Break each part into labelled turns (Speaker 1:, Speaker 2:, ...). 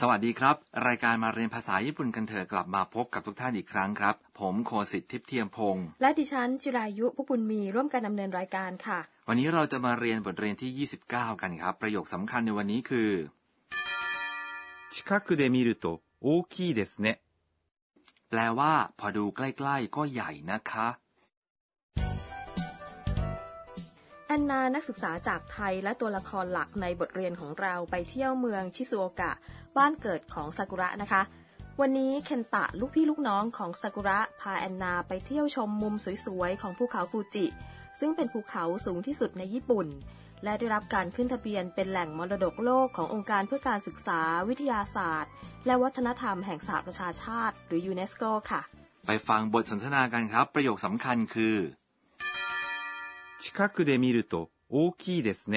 Speaker 1: สวัสดีครับ รายการมาเรียนภาษาญี่ปุ่นกันเถอะกลับมาพบกับทุกท่านอีกครั้งครับ ผมโคสิทธิ์ทิพย์เทียมพงศ์
Speaker 2: และดิฉันจิรายุพุกบุญมีร่วมกันดำเนินรายการค่ะ
Speaker 1: วันนี้เราจะมาเรียนบทเรียนที่ 29 กันครับ ประโยคสำคัญในวันนี้คือ
Speaker 3: 近くで見ると大きいですね。
Speaker 1: แปลว่า พอดูใกล้ๆ ก็ใหญ่นะคะ
Speaker 2: แอนนานักศึกษาจากไทยและตัวละครหลักในบทเรียนของเราไปเที่ยวเมืองชิซูโอกะ บ้านเกิดของซากุระนะคะ วันนี้เคนตะลูกพี่ลูกน้องของซากุระพาแอนนาไปเที่ยวชมมุมสวยๆ ของภูเขาฟูจิ ซึ่งเป็นภูเขาสูงที่สุดในญี่ปุ่น และได้รับการขึ้นทะเบียนเป็นแหล่งมรดกโลกขององค์การเพื่อการศึกษาวิทยาศาสตร์ และวัฒนธรรมแห่งสหประชาชาติ หรือยูเนสโกค่ะ
Speaker 1: ไปฟังบทสนทนากันครับ ประโยคสำคัญคือ
Speaker 3: 近くで見ると大きいですね。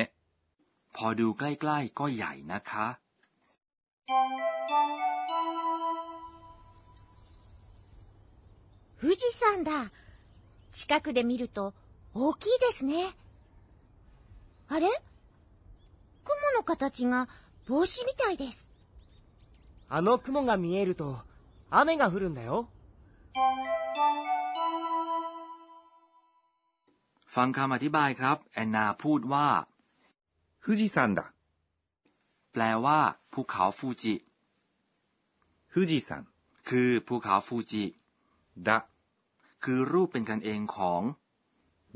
Speaker 1: พอดูใกล้ๆ ก็ใหญ่นะคะ
Speaker 4: 富士山だ。近くで見ると大きいですね。あれ雲の形が帽子みたいです。
Speaker 5: あの雲が見えると雨が降るんだよ。
Speaker 1: ฟังคำอธิบายครับ แอนนาพูดว่า
Speaker 3: 富士山だ。
Speaker 1: แปลว่า ภูเขาฟูจิ
Speaker 3: 富士山
Speaker 1: คือภูเขาฟูจิ
Speaker 3: だ
Speaker 1: คือรูปเป็นกันเองของ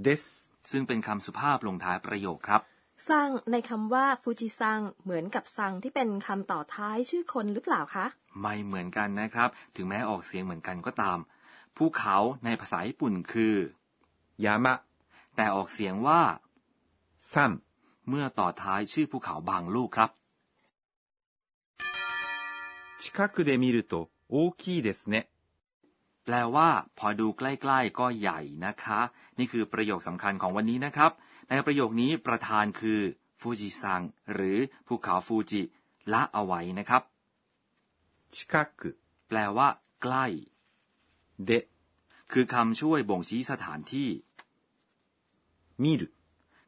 Speaker 3: です。
Speaker 1: ซึ่งเป็นคำสุภาพลงท้ายประโยคครับ
Speaker 2: ซังในคำว่าฟูจิซังเหมือนกับซังที่เป็นคำต่อท้ายชื่อคนหรือเปล่าคะ
Speaker 1: ไม่เหมือนกันนะครับ ถึงแม้ออกเสียงเหมือนกันก็ตาม ภูเขาในภาษาญี่ปุ่นคือ
Speaker 3: 山、
Speaker 1: แต่ออกเสียงว่า
Speaker 3: 山。
Speaker 1: เมื่อต่อท้ายชื่อภูเขาบางลูกครับ
Speaker 3: 近くで見ると大きいですね。
Speaker 1: แปลว่า พอดูใกล้ๆ ก็ใหญ่นะคะ นี่คือประโยคสำคัญของวันนี้นะครับ ในประโยคนี้ประธานคือฟูจิซังหรือภูเขาฟูจิ ละเอาไว้นะครับ
Speaker 3: 近く
Speaker 1: แปลว่า ใกล้
Speaker 3: で
Speaker 1: คือคำช่วยบ่งชี้สถานที่
Speaker 3: 見る、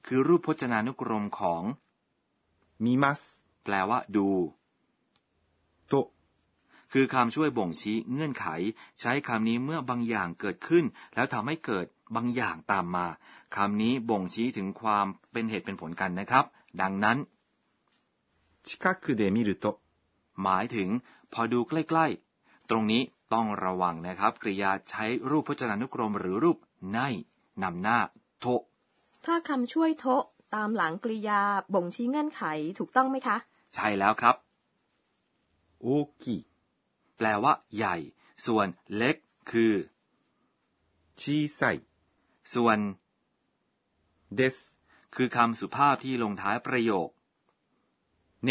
Speaker 1: คือรูปพจนานุกรมของ
Speaker 3: 見ます
Speaker 1: แปลว่า ดู
Speaker 3: と
Speaker 1: คือคำช่วยบ่งชี้เงื่อนไข ใช้คำนี้เมื่อบางอย่างเกิดขึ้น แล้วทำให้เกิดบางอย่างตามมาคำนี้บ่งชี้ถึงความเป็นเหตุเป็นผลกันนะครับ ดังนั้น
Speaker 3: 近くで見ると
Speaker 1: หมายถึง พอดูใกล้ๆ ตรงนี้ต้องระวังนะครับ กริยาใช้รูปพจนานุกรมหรือรูปในนำหน้า โท
Speaker 2: ถ้าคำช่วยโทะตามหลังกริยาบ่งชี้เงื่อนไขถูกต้องไหมคะ
Speaker 1: ใช่แล้วครับ
Speaker 3: 大きい、
Speaker 1: แปลว่า ใหญ่ ส่วนเล็ก คือ
Speaker 3: 小さい
Speaker 1: ส่วน
Speaker 3: です
Speaker 1: คือคำสุภาพที่ลงท้ายประโยค
Speaker 3: ね。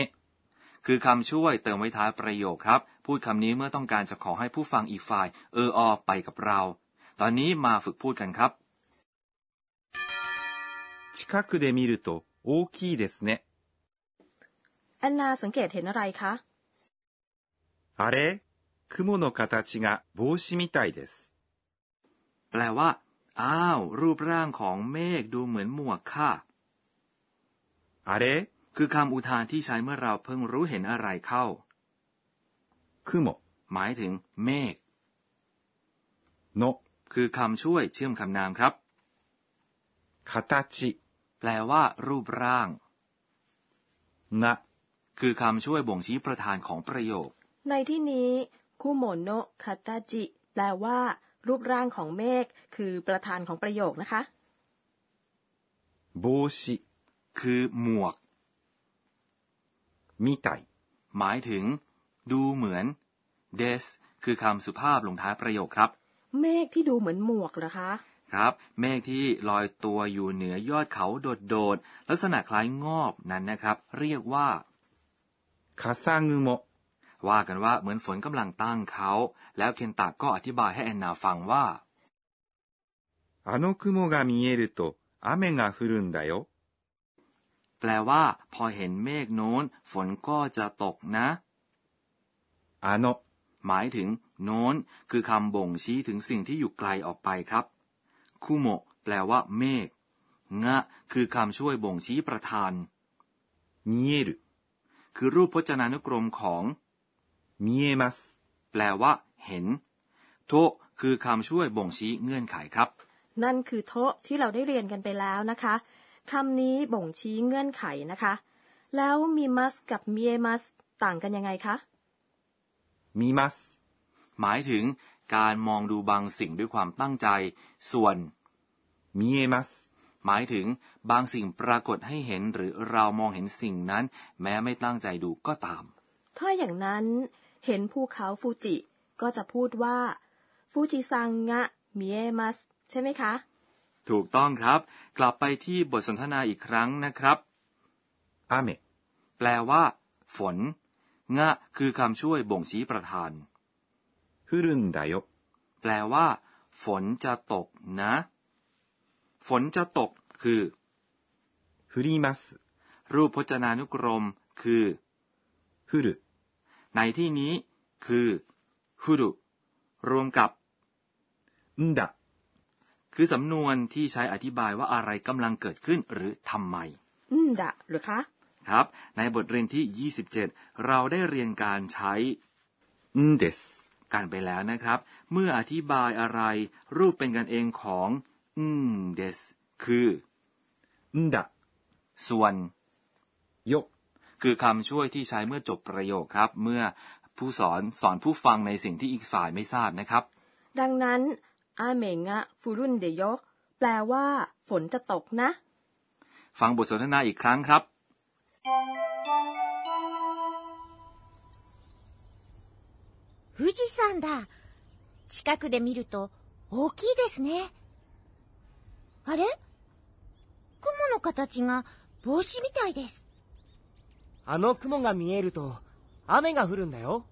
Speaker 1: คือคำช่วยเติมไว้ท้ายประโยคครับ พูดคำนี้เมื่อต้องการจะขอให้ผู้ฟังอีกฝ่าย เอออไปกับเรา ตอนนี้มาฝึกพูดกันครับ
Speaker 3: 近くで見ると大きいですね。
Speaker 2: แอนนาสังเกตเห็นอะไรคะ
Speaker 3: あれ雲の形が帽子みたいです。
Speaker 1: แปลว่า อ้าว รูปร่างของเมฆดูเหมือนหมวกค่ะ
Speaker 3: あれ
Speaker 1: คือคำอุทานที่ใช้เมื่อเราเพิ่งรู้เห็นอะไรเข้า
Speaker 3: 雲
Speaker 1: หมายถึง เมฆ
Speaker 3: の
Speaker 1: คือคำช่วยเชื่อมคำนามครับ
Speaker 3: 形
Speaker 1: แปลว่า รูปร่าง
Speaker 3: が
Speaker 1: คือคำช่วยบ่งชี้ประธานของประโยค
Speaker 2: ในที่นี้คุโมโนะคาตาจิแปลว่า รูปร่างของเมฆคือประธานของประโยคนะคะ
Speaker 3: 帽子
Speaker 1: คือหมวก
Speaker 3: みたい
Speaker 1: หมายถึง ดูเหมือน des คือคำสุภาพลงท้ายประโยคครับ
Speaker 2: เมฆที่ดูเหมือนหมวกเหรอคะ
Speaker 1: ครับ เมฆที่ลอยตัวอยู่เหนือยอดเขาโดดๆ ลักษณะคล้ายงอบนั้นนะครับ เรียกว่า
Speaker 3: 笠雲
Speaker 1: ว่ากันว่าเหมือนฝนกำลังตั้งเขา แล้วเคนตะก็อธิบายให้แอนนาฟังว่า
Speaker 3: あの雲が見えると雨が降るんだよ
Speaker 1: แปลว่า พอเห็นเมฆโน้น ฝนก็จะตกนะ
Speaker 3: あの
Speaker 1: หมายถึง โน้น คือคำบ่งชี้ถึงสิ่งที่อยู่ไกลออกไปครับคุโมะแปลว่าเมฆงะ คือคำช่วยบ่งชี้ประธาน
Speaker 3: 見える
Speaker 1: คือรูปพจนานุกรมของ
Speaker 3: 見えます。
Speaker 1: แปลว่า เห็น โทคือคำช่วยบ่งชี้เงื่อนไขครับ
Speaker 2: นั่นคือโทะที่เราได้เรียนกันไปแล้วนะคะคำนี้บ่งชี้เงื่อนไขนะคะ แล้วมีมัสกับมีเอมัสต่างกันยังไงคะ
Speaker 3: 見ます。
Speaker 1: หมายถึงการมองดูบางสิ่งด้วยความตั้งใจ ส่วน
Speaker 3: 見えます。
Speaker 1: หมายถึงบางสิ่งปรากฏให้เห็นหรือเรามองเห็นสิ่งนั้น แม้ไม่ตั้งใจดูก็ตาม
Speaker 2: ถ้าอย่างนั้นเห็นภูเขาฟูจิ ก็จะพูดว่าฟูจิซังงะมีเอมัสใช่ไหมคะ
Speaker 1: ถูกต้องครับ กลับไปที่บทสนทนาอีกครั้งนะครับ
Speaker 3: 雨、
Speaker 1: แปลว่า ฝน งะ คือคำช่วยบ่งชี้ประธาน
Speaker 3: 降るんだよ。
Speaker 1: แปลว่า ฝนจะตกนะ ฝนจะตก คือ
Speaker 3: 降ります。
Speaker 1: รูปพจนานุกรม คือ
Speaker 3: 降る、
Speaker 1: ในที่นี้ คือฟุรุรวมกับ
Speaker 3: んだ、
Speaker 1: คือสำนวนที่ใช้อธิบายว่าอะไรกำลังเกิดขึ้นหรือทำไม
Speaker 2: อืมดะหรือคะ
Speaker 1: ครับ ในบทเรียนที่ 27 เราได้เรียนการใช้
Speaker 3: んです。
Speaker 1: กันไปแล้วนะครับ เมื่ออธิบายอะไร รูปเป็นกันเองของ อืมเดสคือ
Speaker 3: んだ、
Speaker 1: ส่วน
Speaker 3: よ、
Speaker 1: คือคำช่วยที่ใช้เมื่อจบประโยคครับ เมื่อผู้สอนสอนผู้ฟังในสิ่งที่อีกฝ่ายไม่ทราบนะครับ
Speaker 2: ดังนั้นอาเมงะฟูรุนเดโยแปลว่า ฝนจะตกนะ
Speaker 1: ฟังบทสนทนาอีกครั้งครับ
Speaker 4: 富士山だ。近くで見ると大きいですね。あれ雲の形が帽子みたいです。
Speaker 5: あの雲が見えると雨が降るんだよ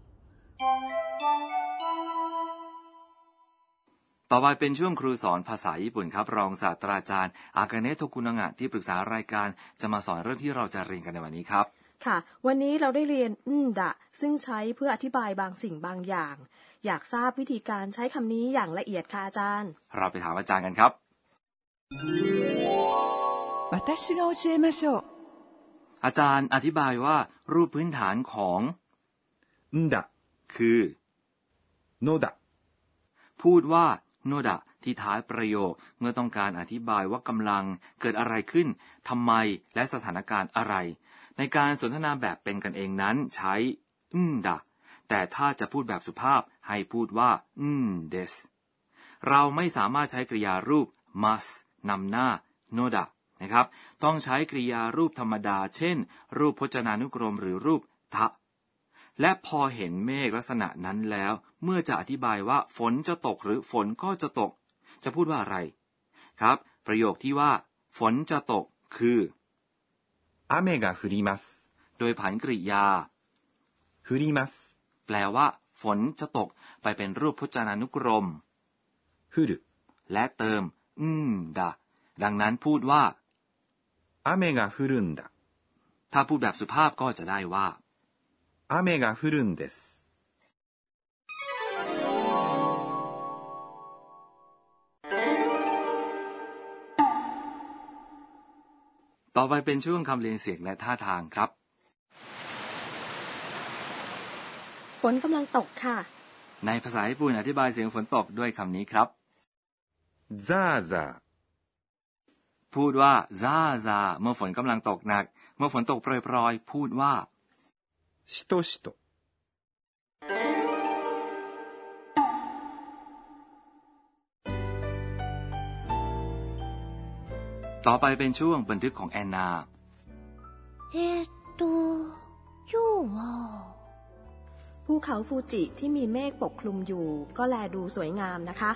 Speaker 1: ต่อไปเป็นช่วงครูสอนภาษาญี่ปุ่นครับ รองศาสตราจารย์ อากาเนะโทกุนางะที่ปรึกษารายการจะมาสอนเรื่องที่เราจะเรียนกันในวันนี้ครับ
Speaker 2: ค่ะ วันนี้เราได้เรียนอืมดะ ซึ่งใช้เพื่ออธิบายบางสิ่งบางอย่าง อยากทราบวิธีการใช้คำนี้อย่างละเอียดค่ะอาจารย์
Speaker 1: เราไปถามอาจารย์กันครับ
Speaker 6: 私が教えましょう。
Speaker 1: อาจารย์อธิบายว่ารูปพื้นฐานของ
Speaker 3: んだ、
Speaker 1: คือ
Speaker 3: のだ、
Speaker 1: พูดว่าโนดะที่ท้ายประโยคเมื่อต้องการอธิบายว่ากำลังเกิดอะไรขึ้นทำไมและสถานการณ์อะไร ในการสนทนาแบบเป็นกันเองนั้นใช้ อืมดะ แต่ถ้าจะพูดแบบสุภาพให้พูดว่า อืมเดสเราไม่สามารถใช้กริยารูป must นำหน้าโนดะนะครับ ต้องใช้กริยารูปธรรมดา เช่น รูปพจนานุกรมหรือรูปทะ และพอเห็นเมฆลักษณะนั้นแล้ว เมื่อจะอธิบายว่าฝนจะตกหรือฝนก็จะตก จะพูดว่าอะไรครับ ประโยคที่ว่า ฝนจะตกคือ
Speaker 3: 雨が降ります。
Speaker 1: โดยผันกริยา
Speaker 3: 降ります。
Speaker 1: แปลว่า ฝนจะตก ไปเป็นรูปพจนานุกรม
Speaker 3: 降る、
Speaker 1: และเติม อืมดะดังนั้นพูดว่า
Speaker 3: 雨が降るんだ。
Speaker 1: ถ้าพูดแบบสุภาพก็จะได้ว่า
Speaker 3: 雨が降るんです。
Speaker 1: ต่อไปเป็นช่วงคำเรียนเสียงและท่าทางครับ
Speaker 2: ฝนกำลังตกค่ะ
Speaker 1: ในภาษาญี่ปุ่นอธิบายเสียงฝนตกด้วยคำนี้ครับ
Speaker 3: ザーザ
Speaker 1: พูดว่าซาซาเมื่อฝนกำลังตกหนัก เมื่อฝนตกโปรยๆ พูดว่า
Speaker 3: ー、しとしと、
Speaker 1: ต่อไปเป็นช่วงบันทึกของแอนนา
Speaker 4: えー、っと、今日は、
Speaker 2: ภูเขาฟูจิที่มีเมฆปกคลุมอยู่ ก็แลดูสวยงามนะคะ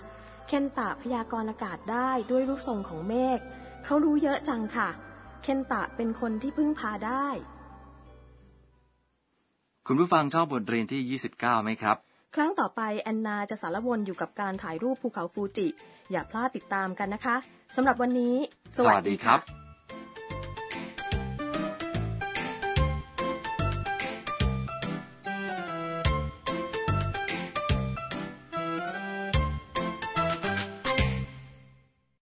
Speaker 2: เคนตะพยากรณ์อากาศได้ด้วยรูปทรงของเมฆเขารู้เยอะจังค่ะ เคนตะเป็นคนที่พึ่งพาได้
Speaker 1: คุณผู้ฟังชอบบทเรียนที่ 29 ไหมครับ
Speaker 2: ครั้งต่อไปแอนนาจะสารวนอยู่กับการถ่ายรูปภูเขาฟูจิ อย่าพลาดติดตามกันนะคะสำหรับวันนี้
Speaker 1: สวัสดีครับ